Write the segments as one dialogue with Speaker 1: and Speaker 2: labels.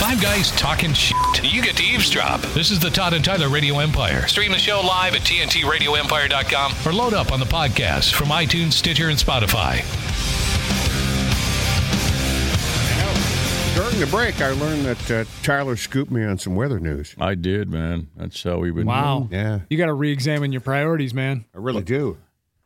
Speaker 1: Five guys talking shit.
Speaker 2: You get to eavesdrop.
Speaker 1: This is the Todd and Tyler Radio Empire.
Speaker 2: Stream the show live at TNTRadioEmpire.com.
Speaker 1: Or load up on the podcast from iTunes, Stitcher, and Spotify.
Speaker 3: During the break, I learned that uh, Tyler scooped me on some weather news.
Speaker 4: I did, man. That's how we would.
Speaker 5: Wow.
Speaker 3: Yeah.
Speaker 5: You got to re-examine your priorities, man.
Speaker 3: I really do.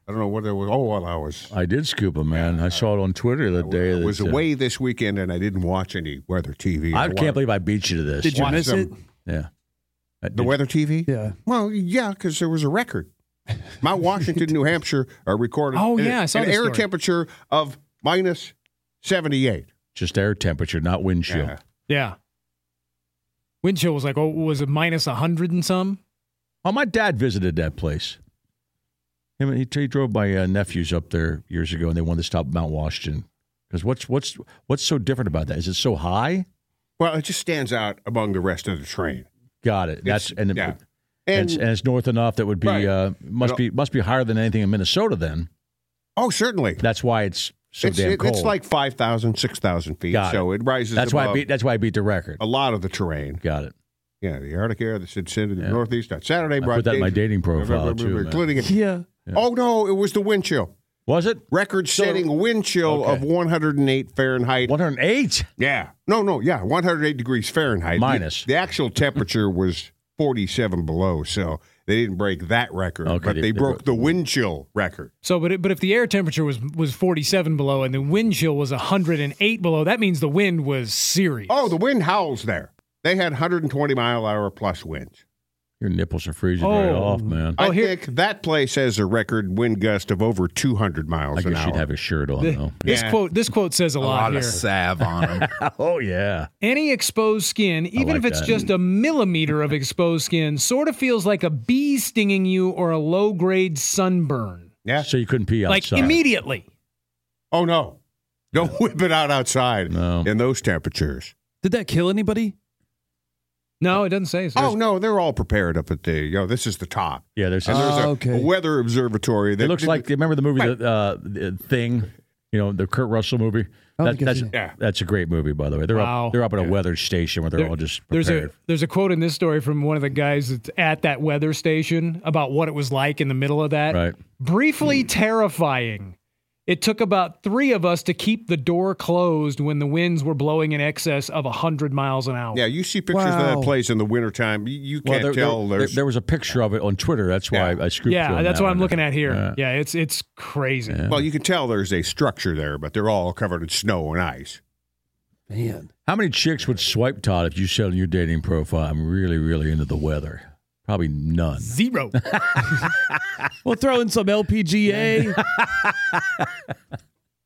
Speaker 3: I don't know what it was. Oh, well, I was.
Speaker 4: I did scoop him, man. I saw it on Twitter the day.
Speaker 3: I was
Speaker 4: that, uh,
Speaker 3: away this weekend and I didn't watch any weather TV.
Speaker 4: I
Speaker 3: wa-
Speaker 4: can't believe I beat you to this.
Speaker 5: Did you
Speaker 3: watched
Speaker 5: miss
Speaker 3: some-
Speaker 5: it?
Speaker 4: Yeah. Uh, I
Speaker 3: The
Speaker 4: did-
Speaker 3: weather TV?
Speaker 5: Yeah.
Speaker 3: Well, yeah, because there was a record. Mount Washington, New Hampshire, are recorded.
Speaker 5: Oh,
Speaker 3: an-
Speaker 5: yeah, I saw
Speaker 3: an
Speaker 5: this
Speaker 3: air
Speaker 5: story.
Speaker 3: temperature of minus seventy-eight.
Speaker 4: Just air temperature, not wind chill.
Speaker 3: Yeah.
Speaker 5: Yeah. Wind chill was like, oh, was it minus 100 and some?
Speaker 4: Oh, my dad visited that place. Him, he, he drove my uh, nephews up there years ago, and they wanted to stop at Mount Washington. Because what's what's what's so different about that? Is it so high?
Speaker 3: Well, it just stands out among the rest of the train.
Speaker 4: Got it. That's
Speaker 3: It's-
Speaker 4: and, it-
Speaker 3: yeah.
Speaker 4: and, it's,
Speaker 3: And-
Speaker 4: and it's north enough that would be
Speaker 3: Right.
Speaker 4: uh, must
Speaker 3: But-
Speaker 4: be must be higher than anything in Minnesota. Then
Speaker 3: oh, certainly.
Speaker 4: that's why it's so
Speaker 3: it's,
Speaker 4: damn
Speaker 3: it-
Speaker 4: cold.
Speaker 3: it's like 5,000, 6,000 feet,
Speaker 4: Got
Speaker 3: so it, rises
Speaker 4: that's why I
Speaker 3: above
Speaker 4: beat that's why I beat the record.
Speaker 3: a lot of the terrain.
Speaker 4: Got it.
Speaker 3: Yeah, the Arctic air that's considered
Speaker 4: Yeah.
Speaker 3: the Northeast on Saturday.
Speaker 4: I
Speaker 3: brought
Speaker 4: put that in my dating profile, too, man.
Speaker 3: Including it. Yeah. Oh, no, it was the wind chill.
Speaker 4: Was it
Speaker 3: Record setting wind chill
Speaker 4: Okay.
Speaker 3: of 108 Fahrenheit.
Speaker 4: 108?
Speaker 3: Yeah. No, no, yeah, 108 degrees Fahrenheit.
Speaker 4: Minus.
Speaker 3: The, the actual temperature was 47 below, so they didn't break that record,
Speaker 4: Okay,
Speaker 3: but
Speaker 4: they-
Speaker 3: they,
Speaker 4: they
Speaker 3: broke
Speaker 4: broke-
Speaker 3: the wind chill record.
Speaker 5: So, but it, but if the air temperature was was 47 below and the wind chill was 108 below, that means the wind was serious.
Speaker 3: Oh, the wind howls there. They had 120 mile hour plus winds.
Speaker 4: Your nipples are freezing right
Speaker 5: Oh.
Speaker 4: off, man.
Speaker 3: I
Speaker 5: Oh, here-
Speaker 3: think that place has a record wind gust of over 200 miles
Speaker 4: I
Speaker 3: an
Speaker 4: guess
Speaker 3: hour.
Speaker 4: you'd have a shirt on, though.
Speaker 5: This
Speaker 3: Yeah.
Speaker 5: quote this quote says a, lot, here.
Speaker 6: salve on them.
Speaker 4: oh, yeah.
Speaker 5: Any exposed skin, even
Speaker 4: like
Speaker 5: if it's
Speaker 4: that.
Speaker 5: just a millimeter of exposed skin, sort of feels like a bee stinging you or a low grade sunburn.
Speaker 3: yeah.
Speaker 4: So you couldn't pee outside.
Speaker 5: Like immediately.
Speaker 3: Oh no! Don't whip it out outside
Speaker 4: No.
Speaker 3: in those temperatures.
Speaker 6: Did that kill anybody?
Speaker 5: No, it doesn't say. So.
Speaker 3: oh no, they're all prepared up at the. You know, this is the top.
Speaker 4: Yeah, there's.
Speaker 3: And there's a,
Speaker 6: Oh, okay.
Speaker 3: a weather observatory. That
Speaker 4: it looks
Speaker 3: didn't-
Speaker 4: like. Remember the movie,
Speaker 3: Right.
Speaker 4: the, uh, the Thing? You know, the Kurt Russell movie?
Speaker 6: I don't
Speaker 4: That-
Speaker 6: think I've
Speaker 4: that's,
Speaker 6: seen it.
Speaker 3: Yeah.
Speaker 4: that's a great movie, by the way. They're,
Speaker 5: Wow.
Speaker 4: up, they're up at a weather station where they're
Speaker 5: There-
Speaker 4: all just
Speaker 5: there's a
Speaker 4: prepared.
Speaker 5: there's a quote in this story from one of the guys that's at that weather station about what it was like in the middle of that.
Speaker 4: Right. Hmm.
Speaker 5: Briefly terrifying. It took about three of us to keep the door closed when the winds were blowing in excess of 100 miles an hour.
Speaker 3: Yeah, you see pictures of
Speaker 6: Wow.
Speaker 3: that place in the wintertime. You, you can't
Speaker 4: there,
Speaker 3: tell.
Speaker 4: there,
Speaker 3: there's
Speaker 4: there was a picture of it on Twitter. That's why
Speaker 3: Yeah.
Speaker 4: I scooped
Speaker 5: Yeah,
Speaker 4: you on
Speaker 5: that's
Speaker 4: that
Speaker 5: what I'm
Speaker 4: one.
Speaker 5: looking at here.
Speaker 4: Yeah.
Speaker 5: Yeah, it's it's crazy.
Speaker 3: well, you can tell there's a structure there, but they're all covered in snow and ice.
Speaker 6: Man.
Speaker 4: How many chicks would swipe Todd if you said on your dating profile, I'm really, really into the weather? Probably none.
Speaker 5: Zero.
Speaker 6: We'll throw in some LPGA.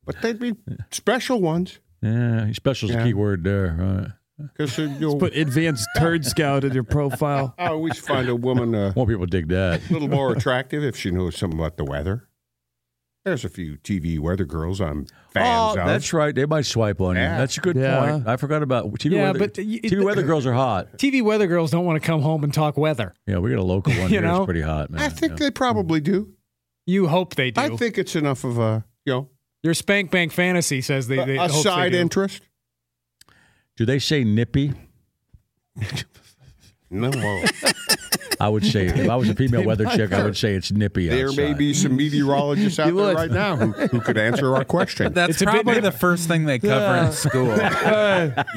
Speaker 3: But they'd be special ones
Speaker 4: Yeah, special's the
Speaker 3: Yeah.
Speaker 4: key word there. Right?
Speaker 3: because uh, you'll
Speaker 6: Put advanced turd scout in your profile.
Speaker 3: I always find a woman uh,
Speaker 4: More people dig that.
Speaker 3: a little more attractive if she knows something about the weather. There's a few TV weather girls I'm fans
Speaker 4: oh,
Speaker 3: of.
Speaker 4: that's right. They might swipe on you.
Speaker 3: Yeah.
Speaker 4: That's a good
Speaker 6: Yeah.
Speaker 4: point. I forgot about TV
Speaker 5: Yeah,
Speaker 4: weather.
Speaker 5: but y-
Speaker 4: TV
Speaker 5: it-
Speaker 4: weather girls are hot.
Speaker 5: TV weather girls don't want to come home and talk weather.
Speaker 4: Yeah, we got a local one
Speaker 5: You
Speaker 4: here.
Speaker 5: know?
Speaker 4: it's pretty hot, man.
Speaker 3: I think
Speaker 4: yeah.
Speaker 3: they probably do.
Speaker 5: You hope they do.
Speaker 3: I think it's enough of a you know
Speaker 5: Your spank bank fantasy says they, they
Speaker 3: a
Speaker 5: hopes they
Speaker 3: side
Speaker 5: do.
Speaker 3: interest.
Speaker 4: Do they say nippy?
Speaker 3: No, well,
Speaker 4: I would say if I was a female weather chick, I would say it's nippy
Speaker 3: There may
Speaker 4: outside.
Speaker 3: be some meteorologists out there right now who, who could answer our question.
Speaker 7: That's
Speaker 6: a bit
Speaker 7: probably
Speaker 6: nip-
Speaker 7: the first thing they cover in school.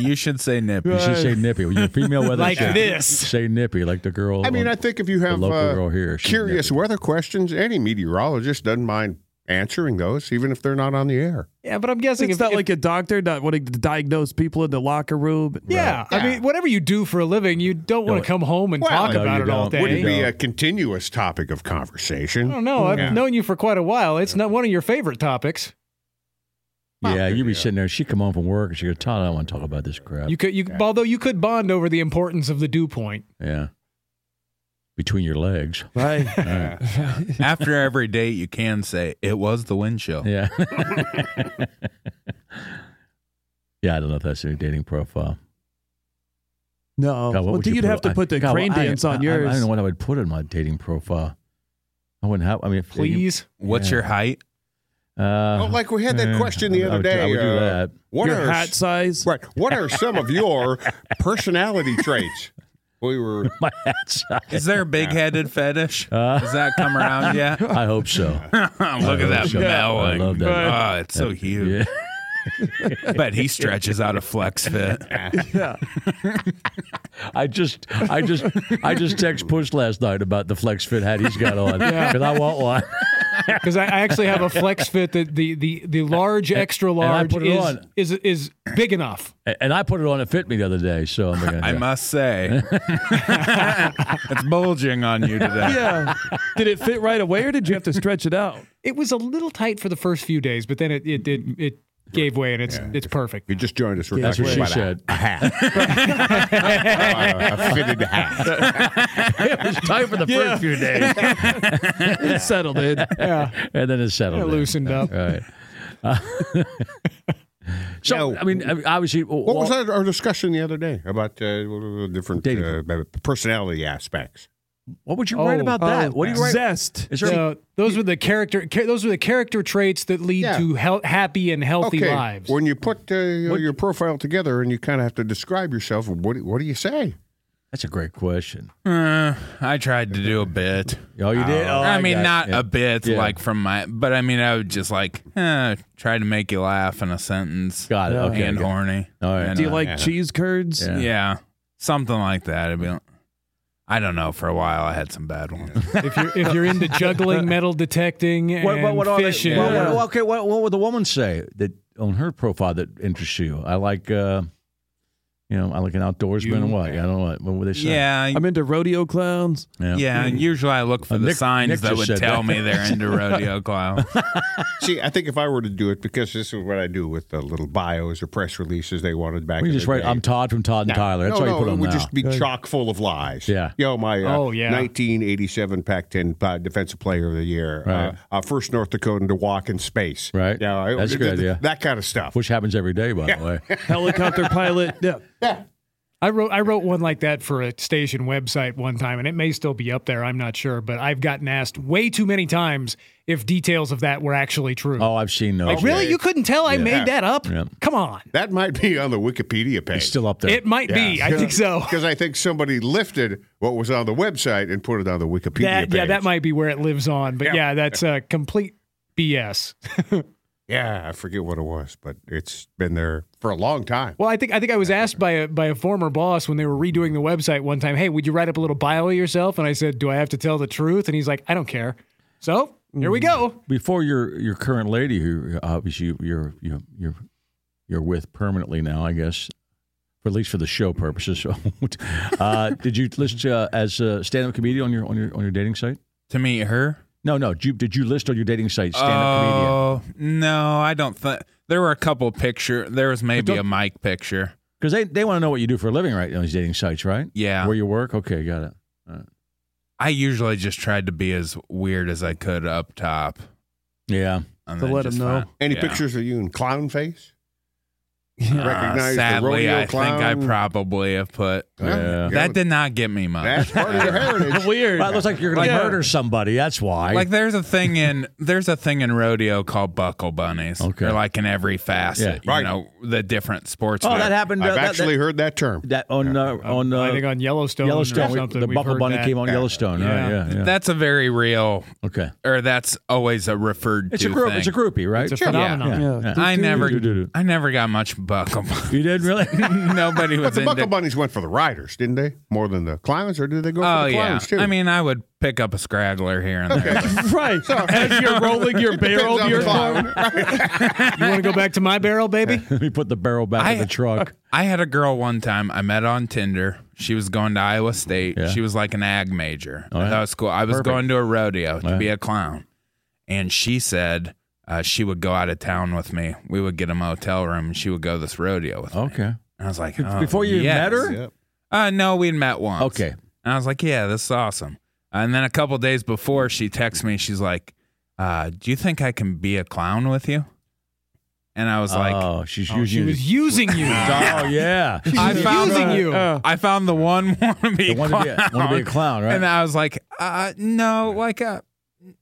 Speaker 7: you should say nippy.
Speaker 4: You should say nippy. When you're a female weather
Speaker 5: Like
Speaker 4: chick,
Speaker 5: this.
Speaker 4: Say nippy, like the girl.
Speaker 3: I mean,
Speaker 4: on-
Speaker 3: I think if you have
Speaker 4: local
Speaker 3: uh,
Speaker 4: girl here, she's
Speaker 3: curious weather questions, any meteorologist doesn't mind answering those, even if they're not on the air.
Speaker 5: Yeah, but I'm guessing
Speaker 6: it's
Speaker 5: if,
Speaker 6: not
Speaker 5: if-
Speaker 6: like a doctor not wanting to diagnose people in the locker room.
Speaker 5: yeah, I mean, whatever you do for a living, you don't
Speaker 4: Don't-
Speaker 5: want to come home and
Speaker 3: Well,
Speaker 5: talk
Speaker 4: no,
Speaker 5: about
Speaker 4: you
Speaker 5: it all
Speaker 4: don't. What do
Speaker 5: day.
Speaker 3: Wouldn't be
Speaker 4: Yeah.
Speaker 3: a continuous topic of conversation.
Speaker 5: I don't know. I've
Speaker 3: Yeah.
Speaker 5: known you for quite a while. It's not one of your favorite topics.
Speaker 4: Yeah, you'd be
Speaker 3: Yeah.
Speaker 4: sitting there. She come home from work and she go, Todd, I don't want to talk about this crap.
Speaker 5: You could, you although you could bond over the importance of the dew point.
Speaker 4: yeah. Between your legs.
Speaker 6: Right.
Speaker 7: After every date, you can say it was the wind chill.
Speaker 4: Yeah. yeah, I don't know if that's in your dating profile.
Speaker 6: No.
Speaker 4: God, what
Speaker 6: Oh, well,
Speaker 4: would
Speaker 6: you'd
Speaker 4: put
Speaker 6: have to
Speaker 4: on-
Speaker 6: put the
Speaker 4: God, well,
Speaker 6: crane
Speaker 4: I-
Speaker 6: dance on
Speaker 4: I- I,
Speaker 6: yours.
Speaker 4: don't know what I would put in my dating profile. I wouldn't have. I mean, if you-
Speaker 5: Please,
Speaker 7: What's
Speaker 4: Yeah.
Speaker 7: your height?
Speaker 4: Uh,
Speaker 3: Oh, like we had that
Speaker 4: yeah,
Speaker 3: question the
Speaker 4: I
Speaker 3: other
Speaker 4: would do- I
Speaker 3: day.
Speaker 4: would do
Speaker 3: uh,
Speaker 4: that.
Speaker 3: What
Speaker 6: your
Speaker 3: are
Speaker 6: hat size.
Speaker 3: right? What are some of your personality traits? We were
Speaker 4: My hat's.
Speaker 7: Is there a big headed fetish?
Speaker 6: Uh.
Speaker 7: Does that come around yet? Look
Speaker 4: I hope so.
Speaker 7: at that
Speaker 4: Yeah.
Speaker 7: bowing.
Speaker 4: I love that.
Speaker 7: Oh, it's so huge.
Speaker 4: Yeah.
Speaker 7: But he stretches out a flex fit.
Speaker 4: I just, I just, I just text Push last night about the flex fit hat he's got on because I want one.
Speaker 5: because I, I actually have a flex fit that the the the large extra
Speaker 4: I
Speaker 5: large
Speaker 4: put it
Speaker 5: is,
Speaker 4: on.
Speaker 5: is is big enough.
Speaker 4: A- And I put it on. It fit me the other day, so I'm gonna.
Speaker 7: I must say, it's bulging on you today.
Speaker 6: Yeah. did it fit right away or did you have to stretch it out?
Speaker 5: It was a little tight for the first few days, but then it it it, it gave way and it's it's perfect.
Speaker 3: you just joined us. We're
Speaker 4: That's
Speaker 3: talking
Speaker 4: what she
Speaker 3: about a-
Speaker 4: said.
Speaker 3: A, hat, Uh, a fitted hat.
Speaker 4: it was tight for the
Speaker 6: Yeah.
Speaker 4: first few days,
Speaker 6: It settled in.
Speaker 5: Yeah,
Speaker 4: and then it settled.
Speaker 5: it
Speaker 4: in.
Speaker 5: loosened up.
Speaker 4: Right. Uh, so
Speaker 3: Now-
Speaker 4: I mean, I mean, obviously, what
Speaker 3: What was that, our discussion the other day about uh, different
Speaker 4: Dating.
Speaker 3: uh, personality aspects?
Speaker 4: What would you write
Speaker 5: Oh,
Speaker 4: about that? what do you write?
Speaker 6: Zest.
Speaker 4: Is there?
Speaker 5: So those were the character. cha- Those were the character traits that lead
Speaker 3: Yeah.
Speaker 5: to hel- happy and healthy
Speaker 3: okay,
Speaker 5: lives.
Speaker 3: when you put uh, your profile together and you kind of have to describe yourself, what do- what do you say?
Speaker 4: that's a great question.
Speaker 7: Uh, I tried to do a bit.
Speaker 4: Oh, you did. Oh,
Speaker 7: I
Speaker 4: got
Speaker 7: mean,
Speaker 4: it.
Speaker 7: not
Speaker 4: Yeah.
Speaker 7: a bit,
Speaker 4: Yeah.
Speaker 7: like from my, but I mean, I would just like eh, try to make you laugh in a sentence.
Speaker 4: Got it. Okay.
Speaker 7: and
Speaker 4: good.
Speaker 7: horny.
Speaker 4: All right.
Speaker 7: And,
Speaker 6: Oh, Do you
Speaker 7: uh,
Speaker 6: like cheese curds?
Speaker 4: Yeah.
Speaker 7: Yeah. something like that. It'd be. Like, I don't know. For a while, I had some bad ones.
Speaker 5: if you're if you're into juggling, metal detecting, and
Speaker 4: What, what, what, are they-
Speaker 5: fishing,
Speaker 4: what- what- what- okay, what, what would the woman say that on her profile that interests you? I like, uh, you know, I like an outdoorsman.
Speaker 5: You-
Speaker 4: and what? I don't know. What, what would they say?
Speaker 7: yeah,
Speaker 6: I'm into rodeo clowns.
Speaker 7: yeah. and usually, I look for
Speaker 4: Uh,
Speaker 7: the
Speaker 4: Nick-
Speaker 7: signs
Speaker 4: Nick
Speaker 7: that
Speaker 4: just
Speaker 7: would
Speaker 4: said
Speaker 7: tell
Speaker 4: that.
Speaker 7: me they're into rodeo clown.
Speaker 3: See, I think if I were to do it, because this is what I do with the little bios or press releases they wanted back.
Speaker 4: We
Speaker 3: in
Speaker 4: just
Speaker 3: the
Speaker 4: write,
Speaker 3: day.
Speaker 4: I'm Todd from Todd and Tyler. That's
Speaker 3: no,
Speaker 4: why
Speaker 3: no,
Speaker 4: you put
Speaker 3: it
Speaker 4: on
Speaker 3: would
Speaker 4: now.
Speaker 3: just be chock full of lies.
Speaker 4: Yeah.
Speaker 3: You know, my uh,
Speaker 5: Oh, yeah.
Speaker 3: 1987 Pac-10 uh, Defensive Player of the Year,
Speaker 4: Right.
Speaker 3: uh, uh, first North Dakotan to walk in space.
Speaker 4: Right.
Speaker 3: Yeah, I-
Speaker 4: That's a good
Speaker 3: th-
Speaker 4: idea.
Speaker 3: That kind of stuff.
Speaker 4: Which happens every day, by the way.
Speaker 6: Helicopter pilot. Yeah.
Speaker 5: I wrote I wrote one like that for a station website one time, and it may still be up there. I'm not sure, but I've gotten asked way too many times if details of that were actually true.
Speaker 4: Oh, I've seen those.
Speaker 5: like really, you couldn't tell I made that up?
Speaker 4: Yeah.
Speaker 5: Come on,
Speaker 3: that might be on the Wikipedia page.
Speaker 4: It's still Oh. up there.
Speaker 5: it might be. I think so.
Speaker 3: Because I think somebody lifted what was on the website and put it on the Wikipedia
Speaker 5: That,
Speaker 3: page.
Speaker 5: yeah, that might be where it lives on. But yeah, that's uh, complete BS.
Speaker 3: Yeah, I forget what it was, but it's been there for a long time.
Speaker 5: Well, I think I think I was asked by a by a former boss when they were redoing the website one time. Hey, would you write up a little bio of yourself? And I said, Do I have to tell the truth? And he's like, I don't care. So here
Speaker 4: Hmm.
Speaker 5: we go.
Speaker 4: Before your your current lady, who obviously you- you're you're you're you're with permanently now, I guess, for at least for the show purposes. So, uh, did you list uh, as a stand up comedian on your on your on your dating site?
Speaker 7: to meet her.
Speaker 4: No, no. Did you, did you list on your dating site stand up comedian?
Speaker 7: Oh no, I don't think there were a couple picture. There was maybe a mic picture.
Speaker 4: Because they, they want to know what you do for a living, right? On these dating sites, right?
Speaker 7: Yeah.
Speaker 4: Where you work? Okay, got it.
Speaker 7: I usually just tried to be as weird as I could up top.
Speaker 4: Yeah.
Speaker 7: And
Speaker 6: To
Speaker 7: then
Speaker 6: let 'em
Speaker 7: just
Speaker 6: know.
Speaker 7: find-
Speaker 3: Any
Speaker 7: yeah. Ah,
Speaker 3: pictures of you in clown face? Recognize the
Speaker 7: sadly,
Speaker 3: rodeo
Speaker 7: I
Speaker 3: clown.
Speaker 7: think I probably have put.
Speaker 3: Yeah.
Speaker 7: That did not get me
Speaker 4: Uh,
Speaker 7: much.
Speaker 3: That's part of your heritage.
Speaker 6: Weird.
Speaker 4: Well, it looks like you're going to
Speaker 6: Like-
Speaker 4: murder somebody. That's why.
Speaker 7: Like there's a thing in there's a thing in rodeo called buckle bunnies.
Speaker 4: Okay.
Speaker 7: They're like in every facet.
Speaker 3: Yeah.
Speaker 7: You know, the different sports.
Speaker 4: oh,
Speaker 7: wear.
Speaker 4: that happened. uh,
Speaker 3: I've
Speaker 4: that-
Speaker 3: actually heard that term.
Speaker 4: that, that on uh, on. Uh,
Speaker 5: I think on Yellowstone,
Speaker 4: Yellowstone,
Speaker 5: or
Speaker 4: we-
Speaker 5: something.
Speaker 4: the
Speaker 5: we've
Speaker 4: Buckle
Speaker 5: heard
Speaker 4: Bunny
Speaker 5: that.
Speaker 4: came on Yellowstone. Yeah,
Speaker 5: Yeah.
Speaker 4: yeah, yeah.
Speaker 7: That's a very real
Speaker 4: okay.
Speaker 7: or that's always a referred
Speaker 4: It's
Speaker 7: to
Speaker 4: a group.
Speaker 7: thing.
Speaker 4: It's a groupie, right?
Speaker 5: It's a
Speaker 7: Sure.
Speaker 5: phenomenon.
Speaker 4: Yeah.
Speaker 6: Yeah.
Speaker 7: I never
Speaker 4: Do-do-do-do-do.
Speaker 7: I never got much buckle bunny.
Speaker 4: You did really?
Speaker 7: Nobody was
Speaker 3: But the
Speaker 7: into
Speaker 3: Buckle Bunnies went for the riders, didn't they? More than the climbers, or did they go for
Speaker 7: Oh
Speaker 3: the
Speaker 7: yeah.
Speaker 3: climbers too?
Speaker 7: I mean, I would pick up a scraggler here and there.
Speaker 6: right. As you're rolling your barrel
Speaker 3: Depends
Speaker 6: to
Speaker 3: on the
Speaker 6: your
Speaker 3: climb.
Speaker 6: farm.
Speaker 5: You want to go back to my barrel, baby?
Speaker 4: Let me put the barrel back in the truck.
Speaker 7: I had a girl one time I met on Tinder. She was going to Iowa State.
Speaker 4: Yeah.
Speaker 7: She was like an ag major.
Speaker 4: All right.
Speaker 7: I thought it was cool. I was
Speaker 4: Perfect.
Speaker 7: going to a rodeo to
Speaker 4: Yeah.
Speaker 7: be a clown. And she said uh, she would go out of town with me. We would get a motel room and she would go to this rodeo with me.
Speaker 4: Okay.
Speaker 7: And I was like,
Speaker 4: Oh. Be-
Speaker 7: oh,
Speaker 4: before you
Speaker 7: yes.
Speaker 4: met her?
Speaker 3: Yep.
Speaker 7: Uh, no, we'd met once.
Speaker 4: Okay.
Speaker 7: And I was like, yeah, this is awesome. And then a couple days before, she texts me. She's like, uh, do you think I can be a clown with you? And I was like,
Speaker 4: oh, she's
Speaker 5: Oh, she
Speaker 4: using.
Speaker 5: was using you.
Speaker 4: oh yeah.
Speaker 7: I found
Speaker 5: using
Speaker 7: the-
Speaker 5: you.
Speaker 6: Uh,
Speaker 7: I found the one wannabe
Speaker 4: The one to be a-
Speaker 7: clown.
Speaker 4: wanna be a clown, right?
Speaker 7: And I was like, uh, no, like, uh,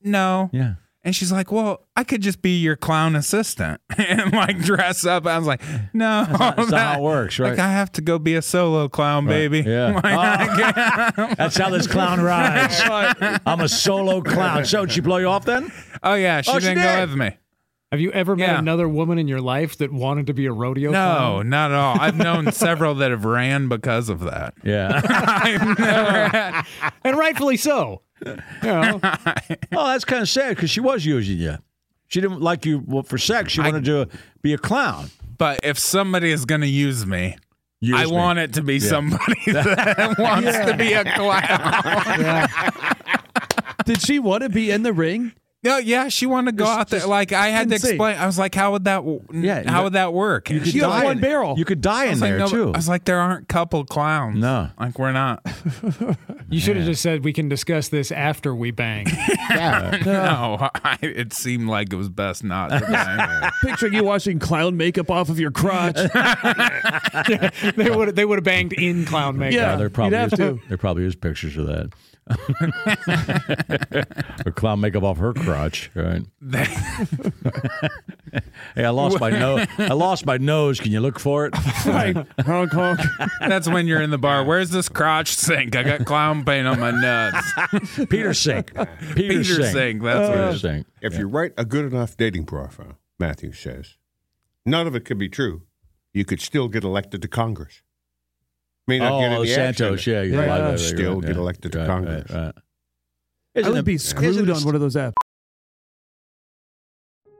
Speaker 7: no.
Speaker 4: yeah.
Speaker 7: And she's like, well, I could just be your clown assistant and like dress up. I was like, no. That's
Speaker 5: Oh,
Speaker 4: not- that's not how it works, right?
Speaker 7: Like, I have to go be a solo clown,
Speaker 4: Right,
Speaker 7: baby.
Speaker 4: yeah. Ah.
Speaker 7: Like, I can't-
Speaker 4: That's how this clown rides. I'm a solo clown. So did she blow you off then?
Speaker 7: oh, yeah. She
Speaker 4: Oh, she
Speaker 7: didn't go
Speaker 4: did?
Speaker 7: with me.
Speaker 5: Have you ever met
Speaker 7: Yeah.
Speaker 5: another woman in your life that wanted to be a rodeo?
Speaker 7: No,
Speaker 5: clown?
Speaker 7: not at all. I've known several that have ran because of that.
Speaker 4: Yeah.
Speaker 7: I've never had-
Speaker 5: and rightfully so. You know,
Speaker 4: oh, that's kind of sad because she was using you. She didn't like you well, for sex. She wanted to be a clown.
Speaker 7: But if somebody is going to use me,
Speaker 4: Use
Speaker 7: I
Speaker 4: me.
Speaker 7: want it to be somebody that wants to be a clown.
Speaker 6: Did she want to be in the ring?
Speaker 7: No, yeah, she wanted to go out there. Like I had to
Speaker 6: didn't see.
Speaker 7: explain. I was like, "How would that? W-
Speaker 4: Yeah,
Speaker 7: yeah,
Speaker 4: you-
Speaker 7: how would that work?" You
Speaker 4: could
Speaker 6: She
Speaker 4: die
Speaker 6: has one
Speaker 4: in-
Speaker 6: barrel.
Speaker 4: You could die
Speaker 7: I
Speaker 4: in
Speaker 7: was, like,
Speaker 4: there
Speaker 7: no,
Speaker 4: too.
Speaker 7: I was like, "There aren't couple clowns.
Speaker 4: No.
Speaker 7: like we're not.
Speaker 5: you should have just said we can discuss this after we bang.
Speaker 7: no, I, it seemed like it was best not." To bang.
Speaker 6: Picturing you washing clown makeup off of your crotch.
Speaker 5: they would they would have banged in clown makeup.
Speaker 6: Yeah.
Speaker 4: Yeah, there
Speaker 6: You'd
Speaker 4: probably
Speaker 6: have
Speaker 4: is,
Speaker 6: to.
Speaker 4: there probably is pictures of that. or clown makeup off her crotch, right? hey, I lost my nose. I lost my nose. Can you look for it?
Speaker 6: right. Honk, honk.
Speaker 7: That's when you're in the bar. Where's this crotch sink? I got clown paint on my nuts.
Speaker 4: Peter Sink. Peter,
Speaker 7: Peter
Speaker 4: Sink.
Speaker 7: sink. That's what
Speaker 4: Peter
Speaker 7: it is.
Speaker 4: Sink.
Speaker 3: If you write a good enough dating profile, Matthew says, none of it could be true. You could still get elected to Congress. May not get any
Speaker 4: Oh,
Speaker 3: action.
Speaker 4: Santos. Yeah, yeah,
Speaker 6: Right.
Speaker 4: right, right, right,
Speaker 3: Still
Speaker 4: right,
Speaker 3: get
Speaker 4: yeah.
Speaker 3: elected to
Speaker 4: Right,
Speaker 3: Congress.
Speaker 4: right, right.
Speaker 6: I
Speaker 4: Isn't
Speaker 6: would
Speaker 4: it-
Speaker 6: be
Speaker 4: isn't
Speaker 6: screwed
Speaker 4: it
Speaker 6: on one of those apps.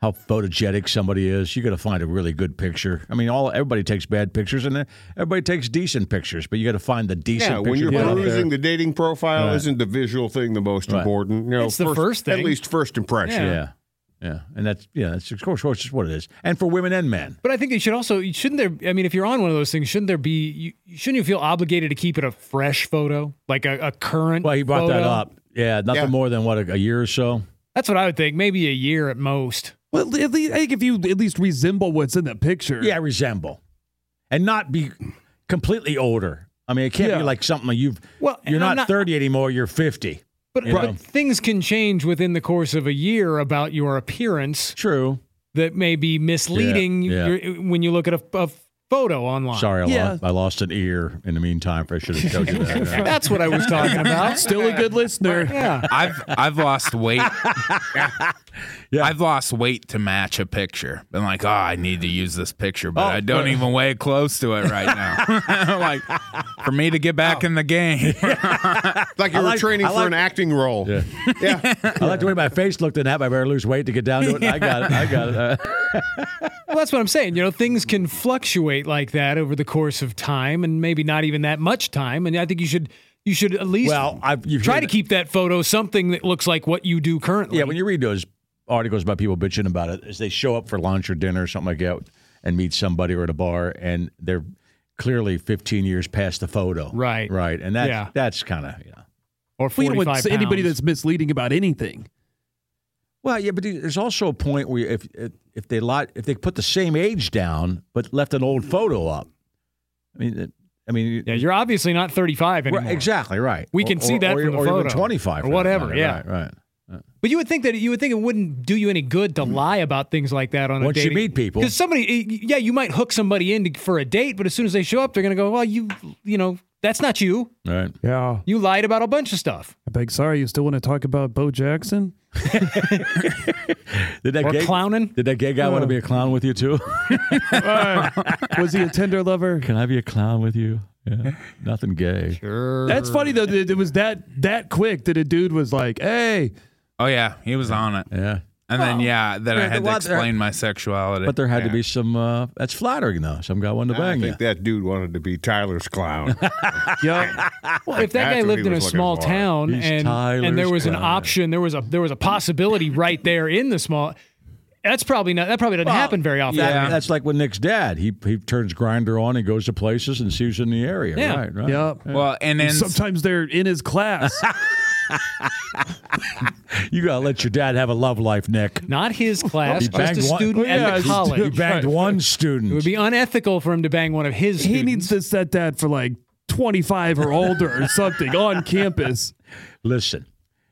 Speaker 4: how photogenic somebody is? You got to find a really good picture. I mean, all everybody takes bad pictures, and then everybody takes decent pictures, but you got to find the decent.
Speaker 3: Yeah,
Speaker 4: picture
Speaker 3: when you're
Speaker 4: that's out
Speaker 3: perusing
Speaker 4: there.
Speaker 3: the dating profile,
Speaker 4: Right.
Speaker 3: isn't the visual thing the most
Speaker 4: Right.
Speaker 3: important? You know,
Speaker 5: It's the first
Speaker 3: At
Speaker 5: thing.
Speaker 3: least first impression.
Speaker 5: Yeah.
Speaker 4: yeah, yeah, and that's yeah, that's of course, of course, it's what it is, and for women and men.
Speaker 5: But I think they should also shouldn't there. I mean, if you're on one of those things, shouldn't there be? You, shouldn't you feel obligated to keep it a fresh photo, like a, a current?
Speaker 4: Well, he brought that
Speaker 5: photo?
Speaker 4: up. Yeah, nothing
Speaker 3: Yeah.
Speaker 4: more than what a, a year or so.
Speaker 5: That's what I would think. Maybe a year at most.
Speaker 6: Well, at least, I think if you at least resemble what's in the picture.
Speaker 4: Yeah, resemble, and not be completely older. I mean, it can't
Speaker 6: Yeah.
Speaker 4: be like something like you've.
Speaker 5: Well, and
Speaker 4: you're
Speaker 5: I'm
Speaker 4: not,
Speaker 5: not-
Speaker 4: thirty anymore. You're fifty.
Speaker 5: But,
Speaker 4: You know.
Speaker 5: but things can change within the course of a year about your appearance.
Speaker 4: True.
Speaker 5: that may be misleading
Speaker 4: Yeah, yeah.
Speaker 5: your- when you look at a, a photo online.
Speaker 4: Sorry, I, lost, I lost an ear in the meantime. I should have told you that.
Speaker 5: That's what I was talking about.
Speaker 6: Still a good listener.
Speaker 5: Yeah.
Speaker 7: I've I've lost weight. I've lost weight to match a picture. Been like, oh, I need to use this picture,
Speaker 4: Oh,
Speaker 7: but I don't even weigh close to it right now. like, for me to get
Speaker 4: Oh.
Speaker 7: back in the game,
Speaker 3: Like you were
Speaker 4: I like-
Speaker 3: training
Speaker 4: I
Speaker 3: for
Speaker 4: like-
Speaker 3: an acting role.
Speaker 4: Yeah. I like the way my face looked in that. but I better lose weight to get down to it. I got it. I got it. Uh,
Speaker 5: Well, that's what I'm saying. You know, things can fluctuate like that over the course of time, and maybe not even that much time. And I think you should you should at least
Speaker 4: well, I've, you've
Speaker 5: try
Speaker 4: heard
Speaker 5: to
Speaker 4: that-
Speaker 5: keep that photo something that looks like what you do currently.
Speaker 4: Yeah, when you read those articles about people bitching about it, is they show up for lunch or dinner or something like that and meet somebody or at a bar and they're clearly 15 years past the photo.
Speaker 5: Right.
Speaker 4: Right. And that's,
Speaker 5: Yeah.
Speaker 4: that's kind of, you know.
Speaker 5: or
Speaker 6: We don't
Speaker 5: 45
Speaker 6: want anybody
Speaker 5: pounds.
Speaker 6: that's misleading about anything.
Speaker 4: Well, yeah, but there's also a point where if if they lot if they put the same age down but left an old photo up, I mean, it- I mean,
Speaker 5: yeah, you're obviously not 35 anymore.
Speaker 4: right, exactly right.
Speaker 5: We can
Speaker 4: Or-
Speaker 5: see
Speaker 4: or-
Speaker 5: that
Speaker 4: or,
Speaker 5: from the
Speaker 4: or
Speaker 5: photo.
Speaker 4: even 25
Speaker 5: Or
Speaker 4: for that
Speaker 5: whatever,
Speaker 4: matter.
Speaker 5: yeah.
Speaker 4: right, right.
Speaker 5: But you would think that you would think it wouldn't do you any good to lie about things like that on a
Speaker 4: Once you
Speaker 5: dating.
Speaker 4: meet people.
Speaker 5: because somebody, eh, yeah, you might hook somebody in to, for a date, but as soon as they show up, they're gonna go, well, you, you know, that's not you.
Speaker 4: Right.
Speaker 6: Yeah.
Speaker 5: You lied about a bunch of stuff.
Speaker 6: I beg sorry, you still want to talk about Bo Jackson?
Speaker 4: Did that
Speaker 5: Or
Speaker 4: gay
Speaker 5: clowning.
Speaker 4: Did that gay guy want to be a clown with you too?
Speaker 6: Oh. Was he a tender lover?
Speaker 4: Can I be a clown with you? Yeah. Nothing gay.
Speaker 6: That's funny though. That it was that that quick that a dude was like, "Hey,
Speaker 7: oh yeah, he was on it.
Speaker 4: Yeah.
Speaker 7: And then yeah, then I
Speaker 4: Yeah,
Speaker 7: had
Speaker 4: well,
Speaker 7: to
Speaker 4: there-
Speaker 7: explain my sexuality.
Speaker 4: But there had to
Speaker 7: Yeah.
Speaker 4: be some. Uh, that's flattering, though. Some guy wanted to
Speaker 3: I
Speaker 4: bang you.
Speaker 3: think that dude wanted to be Tyler's clown.
Speaker 6: yeah,
Speaker 5: Well, if that guy
Speaker 3: That's what
Speaker 5: lived
Speaker 3: he
Speaker 5: in a
Speaker 3: was looking
Speaker 5: small
Speaker 3: for.
Speaker 5: town
Speaker 4: He's
Speaker 5: and and there
Speaker 4: Tyler's
Speaker 5: was an
Speaker 4: guy.
Speaker 5: option, there was a there was a possibility right there in the small. That's probably not. That probably doesn't happen very often.
Speaker 4: That- that's like with Nick's dad. He he turns grinder on and goes to places and sees in the area.
Speaker 5: Yeah.
Speaker 4: Right. Right.
Speaker 6: yeah."
Speaker 7: Well, and then
Speaker 6: Sometimes they're in his class.
Speaker 4: You gotta let your dad have a love life, Nick.
Speaker 5: Not his class,
Speaker 4: He
Speaker 5: just a
Speaker 4: one-
Speaker 5: student
Speaker 6: Oh, Yeah,
Speaker 5: at
Speaker 6: it's
Speaker 5: the
Speaker 6: just-
Speaker 4: He
Speaker 5: college.
Speaker 4: banged one student.
Speaker 5: It would be unethical for him to bang one of his.
Speaker 6: he
Speaker 5: students.
Speaker 6: needs to set that for like 25 or older or something on campus.
Speaker 4: Listen,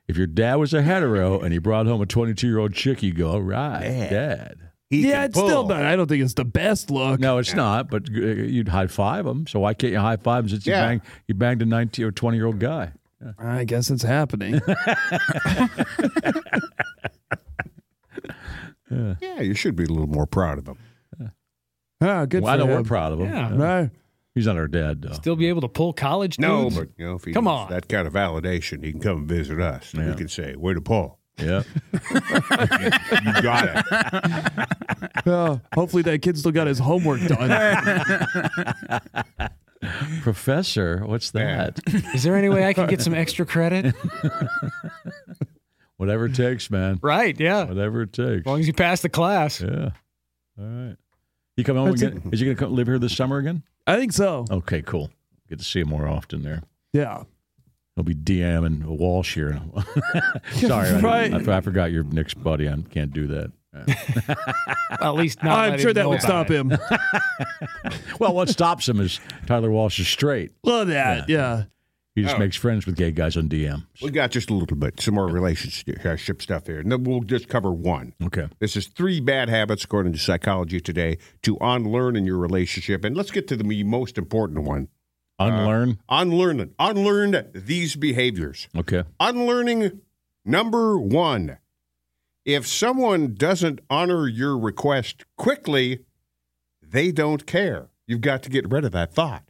Speaker 4: if your dad was a hetero and he brought home a 22 year old chick, you go, all right, dad.
Speaker 6: yeah, it's still not. I don't think it's the best look.
Speaker 4: No, it's not. But uh, you'd high five him. So why can't you high five him since
Speaker 3: Yeah.
Speaker 4: you banged you banged a 19 or 20 year old guy?
Speaker 6: I guess it's happening.
Speaker 3: yeah, you should be a little more proud of him.
Speaker 6: Ah, good.
Speaker 4: Well, I
Speaker 6: for
Speaker 4: know
Speaker 6: him.
Speaker 4: we're proud of him.
Speaker 5: Yeah.
Speaker 6: Right.
Speaker 4: He's not our dad though.
Speaker 5: still be able to pull college.
Speaker 3: No,
Speaker 5: dudes?
Speaker 3: but you know, if he
Speaker 5: Come
Speaker 3: needs
Speaker 5: on.
Speaker 3: that kind of validation, he can come visit us. and We can say, "Where to Paul?
Speaker 4: Yeah.
Speaker 3: You got it."
Speaker 6: Yeah. Oh, hopefully that kid still got his homework done.
Speaker 4: Professor, what's
Speaker 3: Yeah.
Speaker 4: that?
Speaker 5: Is there any way I can get some extra credit?
Speaker 4: Whatever it takes, man.
Speaker 5: right. Yeah. As
Speaker 4: Whatever it takes.
Speaker 5: long as you pass the class.
Speaker 4: Yeah. All right. You coming home
Speaker 6: That's
Speaker 4: again? Is you going to come live here this summer again?
Speaker 6: I think so.
Speaker 4: Okay, cool. Get to see him more often there.
Speaker 6: Yeah.
Speaker 4: He'll be DM and Walsh here. Sorry, I-
Speaker 6: Right.
Speaker 4: I, I forgot your Nick's buddy. I can't do that.
Speaker 5: At least not.
Speaker 6: I'm
Speaker 5: let
Speaker 6: sure
Speaker 5: him
Speaker 6: that
Speaker 5: know
Speaker 6: would
Speaker 5: about
Speaker 6: stop
Speaker 5: it.
Speaker 6: him.
Speaker 4: Well, what stops him is Tyler Walsh is straight.
Speaker 6: Love that. Yeah.
Speaker 4: He just
Speaker 3: Oh.
Speaker 4: makes friends with gay guys on DM.
Speaker 3: we got just a little bit, some more relationship stuff here, and then we'll just cover one.
Speaker 4: Okay.
Speaker 3: This is three bad habits, according to Psychology Today, to unlearn in your relationship. And let's get to the most important one: Uh,
Speaker 4: Unlearn.
Speaker 3: unlearning, unlearn these behaviors.
Speaker 4: okay.
Speaker 3: Unlearning number one. If someone doesn't honor your request quickly, they don't care. You've got to get rid of that thought.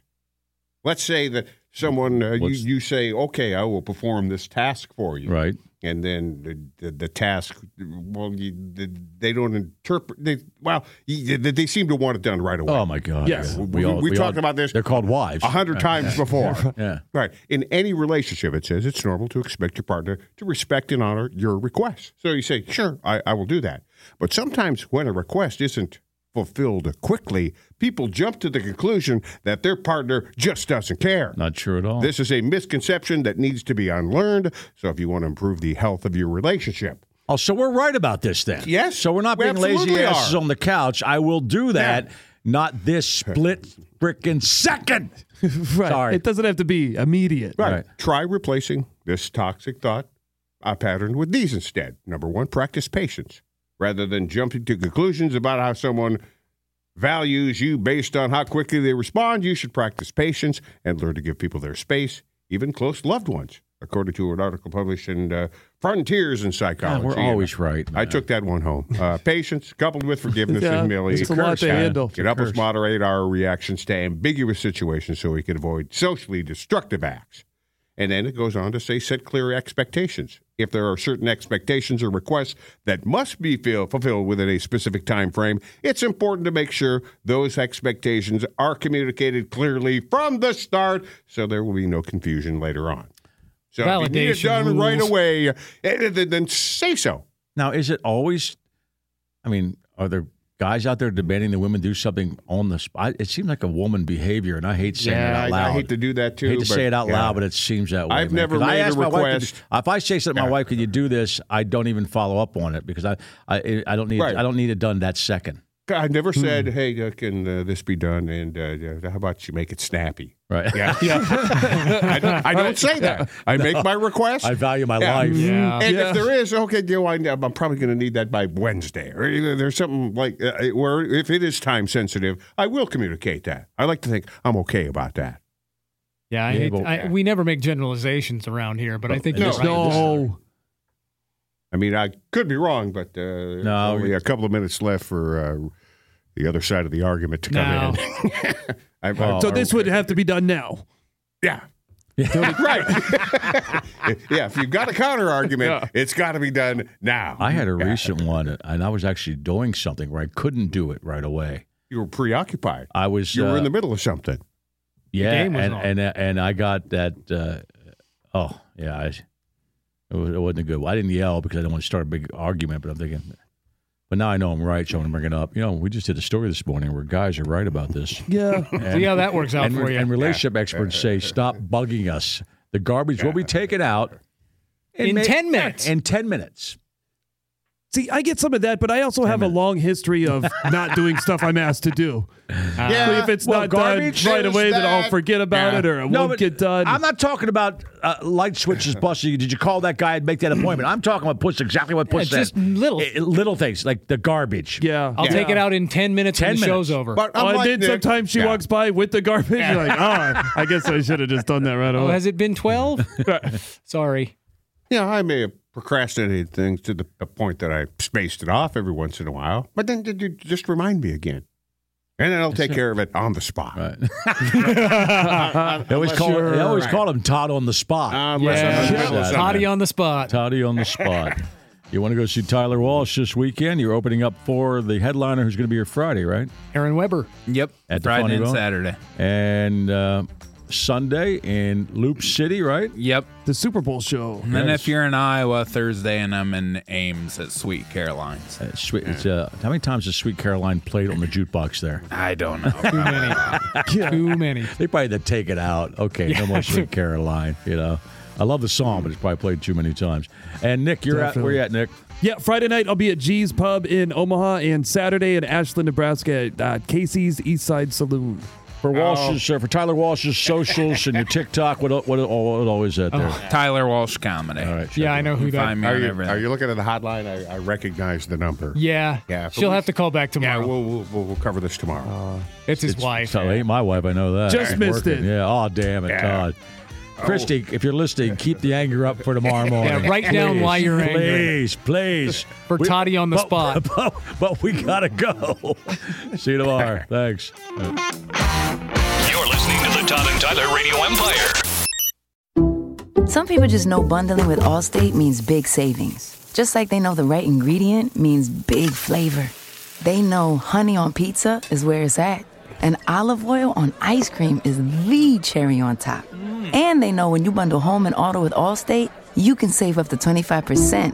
Speaker 3: Let's say that someone, uh, you,
Speaker 4: What's-
Speaker 3: you say, okay, I will perform this task for you.
Speaker 4: Right.
Speaker 3: And then the, the, the task, well, you, the, they don't interpret, they, well, you, they, they seem to want it done right away.
Speaker 4: Oh my God.
Speaker 6: Yes.
Speaker 4: Yeah.
Speaker 3: We- we talked about this
Speaker 4: They're called wives.
Speaker 3: A hundred
Speaker 4: Right.
Speaker 3: times before.
Speaker 4: Yeah.
Speaker 3: Right. In any relationship, it says it's normal to expect your partner to respect and honor your requests. So you say, sure, I, I will do that. But sometimes when a request isn't fulfilled quickly, people jump to the conclusion that their partner just doesn't care.
Speaker 4: Not sure at all.
Speaker 3: This is a misconception that needs to be unlearned. So if you want to improve the health of your relationship,
Speaker 4: Oh, so we're right about this then.
Speaker 3: Yes,
Speaker 4: So we're not
Speaker 3: we
Speaker 4: being lazy
Speaker 3: absolutely
Speaker 4: asses
Speaker 3: are.
Speaker 4: on the couch. I will do that.
Speaker 3: Yeah.
Speaker 4: Not this split frickin' second.
Speaker 6: Right.
Speaker 4: Sorry.
Speaker 6: It doesn't have to be immediate.
Speaker 3: Right.
Speaker 4: Right.
Speaker 3: Try replacing this toxic thought uh, pattern with these instead. Number one, practice patience. rather than jumping to conclusions about how someone values you based on how quickly they respond. You should practice patience and learn to give people their space, even close loved ones, according to an article published in uh, Frontiers in Psychology.
Speaker 4: we're always right.
Speaker 3: I took that one home. Uh, patience coupled with forgiveness
Speaker 6: Yeah,
Speaker 3: and humility.
Speaker 6: it's a lot to
Speaker 3: Can-
Speaker 6: handle.
Speaker 3: Can help us moderate our reactions to ambiguous situations so we can avoid socially destructive acts. And then it goes on to say set clear expectations. If there are certain expectations or requests that must be feel, fulfilled within a specific time frame, it's important to make sure those expectations are communicated clearly from the start so there will be no confusion later on. So if you need it
Speaker 5: Validation
Speaker 3: done right
Speaker 5: rules.
Speaker 3: away, eh, eh, then then say so.
Speaker 4: Now, is it always? I mean, are there guys out there demanding the women do something on the spot? It seems like a woman behavior, and I hate saying
Speaker 3: Yeah,
Speaker 4: that
Speaker 3: I- I
Speaker 4: out loud.
Speaker 3: hate to do that, too,
Speaker 4: I hate to
Speaker 3: but-
Speaker 4: say it out
Speaker 3: yeah.
Speaker 4: loud, but it seems that way.
Speaker 3: I've
Speaker 4: man.
Speaker 3: never
Speaker 4: 'Cause I
Speaker 3: made a
Speaker 4: ask my wife to do-
Speaker 3: request.
Speaker 4: if I say something, to my wife, could you do this? I don't even follow up on it because I, I, I don't need,
Speaker 3: Right.
Speaker 4: I don't need it done that second.
Speaker 3: I never
Speaker 4: Hmm.
Speaker 3: said, "Hey, uh, can uh, this be done?" And uh, yeah, how about you make it snappy?
Speaker 4: Right.
Speaker 3: Yeah, I, don't- I don't say that. I make my request.
Speaker 4: I value my
Speaker 3: Yeah.
Speaker 4: life.
Speaker 5: Yeah.
Speaker 3: and
Speaker 6: Yeah.
Speaker 3: if there is, okay, you know, I, I'm probably going to need that by Wednesday, or either there's something like uh, where if it is time sensitive, I will communicate that. I like to think I'm okay about that.
Speaker 5: Yeah, I
Speaker 4: Yeah,
Speaker 5: hate,
Speaker 4: but-
Speaker 5: I, we never make generalizations around here, but I think
Speaker 4: No.
Speaker 5: you're right.
Speaker 6: No.
Speaker 3: I mean, I could be wrong, but uh, there's
Speaker 4: No,
Speaker 3: only a couple of minutes left for uh, the other side of the argument to come
Speaker 5: No.
Speaker 3: in. I've-
Speaker 4: Oh.
Speaker 3: I've-
Speaker 6: So this would have to be done now.
Speaker 3: Yeah. right. yeah, if you've got a counter argument, it's got to be done now.
Speaker 4: I had a
Speaker 3: Yeah.
Speaker 4: recent one, and I was actually doing something where I couldn't do it right away.
Speaker 3: You were preoccupied.
Speaker 4: I was
Speaker 3: You were
Speaker 4: uh,
Speaker 3: in the middle of something.
Speaker 4: Yeah,
Speaker 5: game was
Speaker 4: and,
Speaker 5: on.
Speaker 4: and and I got that. Uh, oh, yeah, I, it, was, it wasn't a good. One. I didn't yell because I didn't want to start a big argument. But I'm thinking, but now I know I'm right, so I'm gonna bring it up. You know, we just did a story this morning where guys are right about this.
Speaker 6: Yeah.
Speaker 4: And,
Speaker 5: See how that works out
Speaker 4: and,
Speaker 5: for you.
Speaker 4: and relationship experts say stop bugging us. The garbage will be taken out
Speaker 5: In 10 minutes.
Speaker 4: In ten minutes.
Speaker 6: See, I get some of that, but I also have a long history of not doing stuff I'm asked to do. So if it's
Speaker 4: Well,
Speaker 6: not
Speaker 4: garbage
Speaker 6: done right
Speaker 3: is
Speaker 6: away, then I'll
Speaker 3: that-
Speaker 6: forget about
Speaker 3: Yeah.
Speaker 6: it or it won't
Speaker 4: but
Speaker 6: get done.
Speaker 4: I'm not talking about uh, light switches busting. Did you call that guy and make that appointment? I'm talking about push exactly what push Eh,
Speaker 5: Yeah, just little-
Speaker 4: little things like the garbage.
Speaker 6: yeah.
Speaker 5: I'll
Speaker 6: yeah.
Speaker 5: take it out in 10 minutes
Speaker 4: 10
Speaker 5: when the
Speaker 4: minutes.
Speaker 5: show's over.
Speaker 3: But
Speaker 6: Oh, and
Speaker 3: unlike
Speaker 6: then
Speaker 3: Nick-
Speaker 6: sometimes she
Speaker 3: Yeah.
Speaker 6: walks by with the garbage. You're like, ah, I guess I should have just done that right
Speaker 5: oh,
Speaker 6: away.
Speaker 5: has it been 12? Sorry.
Speaker 3: Yeah, I may have procrastinated things to the the point that I spaced it off every once in a while, but then did you just remind me again? And then I'll take care of it on the spot.
Speaker 4: Right.
Speaker 3: they
Speaker 4: They always call they always call him Todd on the spot.
Speaker 3: Uh, Unless I'm in the middle of something.
Speaker 5: Potty on the spot.
Speaker 4: Toddy on the spot. you want to go see Tyler Walsh this weekend? You're opening up for the headliner who's going to be here Friday, right?
Speaker 5: Aaron Weber.
Speaker 7: Yep.
Speaker 4: At the Funny
Speaker 7: Friday and
Speaker 4: Bone?
Speaker 7: Saturday.
Speaker 4: And uh, Sunday in Loop City, right?
Speaker 7: Yep.
Speaker 6: The Super Bowl show.
Speaker 7: And then if you're in Iowa Thursday, and I'm in Ames at Sweet Caroline's.
Speaker 4: Uh, sweet, it's, uh, how many times has Sweet Caroline played on the jukebox there?
Speaker 7: I don't know.
Speaker 5: Too many. Too many.
Speaker 4: They probably had to take it out. Okay, no more Sweet Caroline. You know, I love the song, but it's probably played too many times. And Nick, you're at where you at, Nick?
Speaker 6: Yeah, Friday night I'll be at G's Pub in Omaha and Saturday in Ashland, Nebraska at uh, Casey's Eastside Saloon.
Speaker 4: For Walsh's, uh, for Tyler Walsh's socials and your TikTok, what what, what, what always that there?
Speaker 7: Tyler Walsh comedy.
Speaker 4: All right,
Speaker 5: Yeah, I know who
Speaker 7: You
Speaker 5: that
Speaker 7: find me
Speaker 3: Are
Speaker 7: on
Speaker 3: you,
Speaker 7: everything.
Speaker 3: are you looking at the hotline? I, I recognize the number.
Speaker 5: Yeah.
Speaker 3: Yeah, but
Speaker 5: She'll
Speaker 3: we-
Speaker 5: have to call back
Speaker 3: Yeah,
Speaker 5: tomorrow.
Speaker 3: we'll, we'll, we'll, we'll cover this tomorrow.
Speaker 5: it's his wife.
Speaker 4: So ain't my wife. I know that.
Speaker 6: Just
Speaker 4: It's
Speaker 6: missed
Speaker 4: working.
Speaker 6: it.
Speaker 4: Yeah. Oh damn it, Todd. Christy, if you're listening, keep the anger up for tomorrow morning.
Speaker 5: Yeah, write down why you're
Speaker 4: please,
Speaker 5: angry.
Speaker 4: Please, please.
Speaker 5: For Toddy on the
Speaker 4: but-
Speaker 5: spot.
Speaker 4: But, but we gotta go. See you tomorrow. Thanks.
Speaker 1: You're listening to the Todd and Tyler Radio Empire.
Speaker 8: Some people just know bundling with Allstate means big savings. Just like they know the right ingredient means big flavor. They know honey on pizza is where it's at, and olive oil on ice cream is the cherry on top. And they know when you bundle home and auto with Allstate, you can save up to 25%.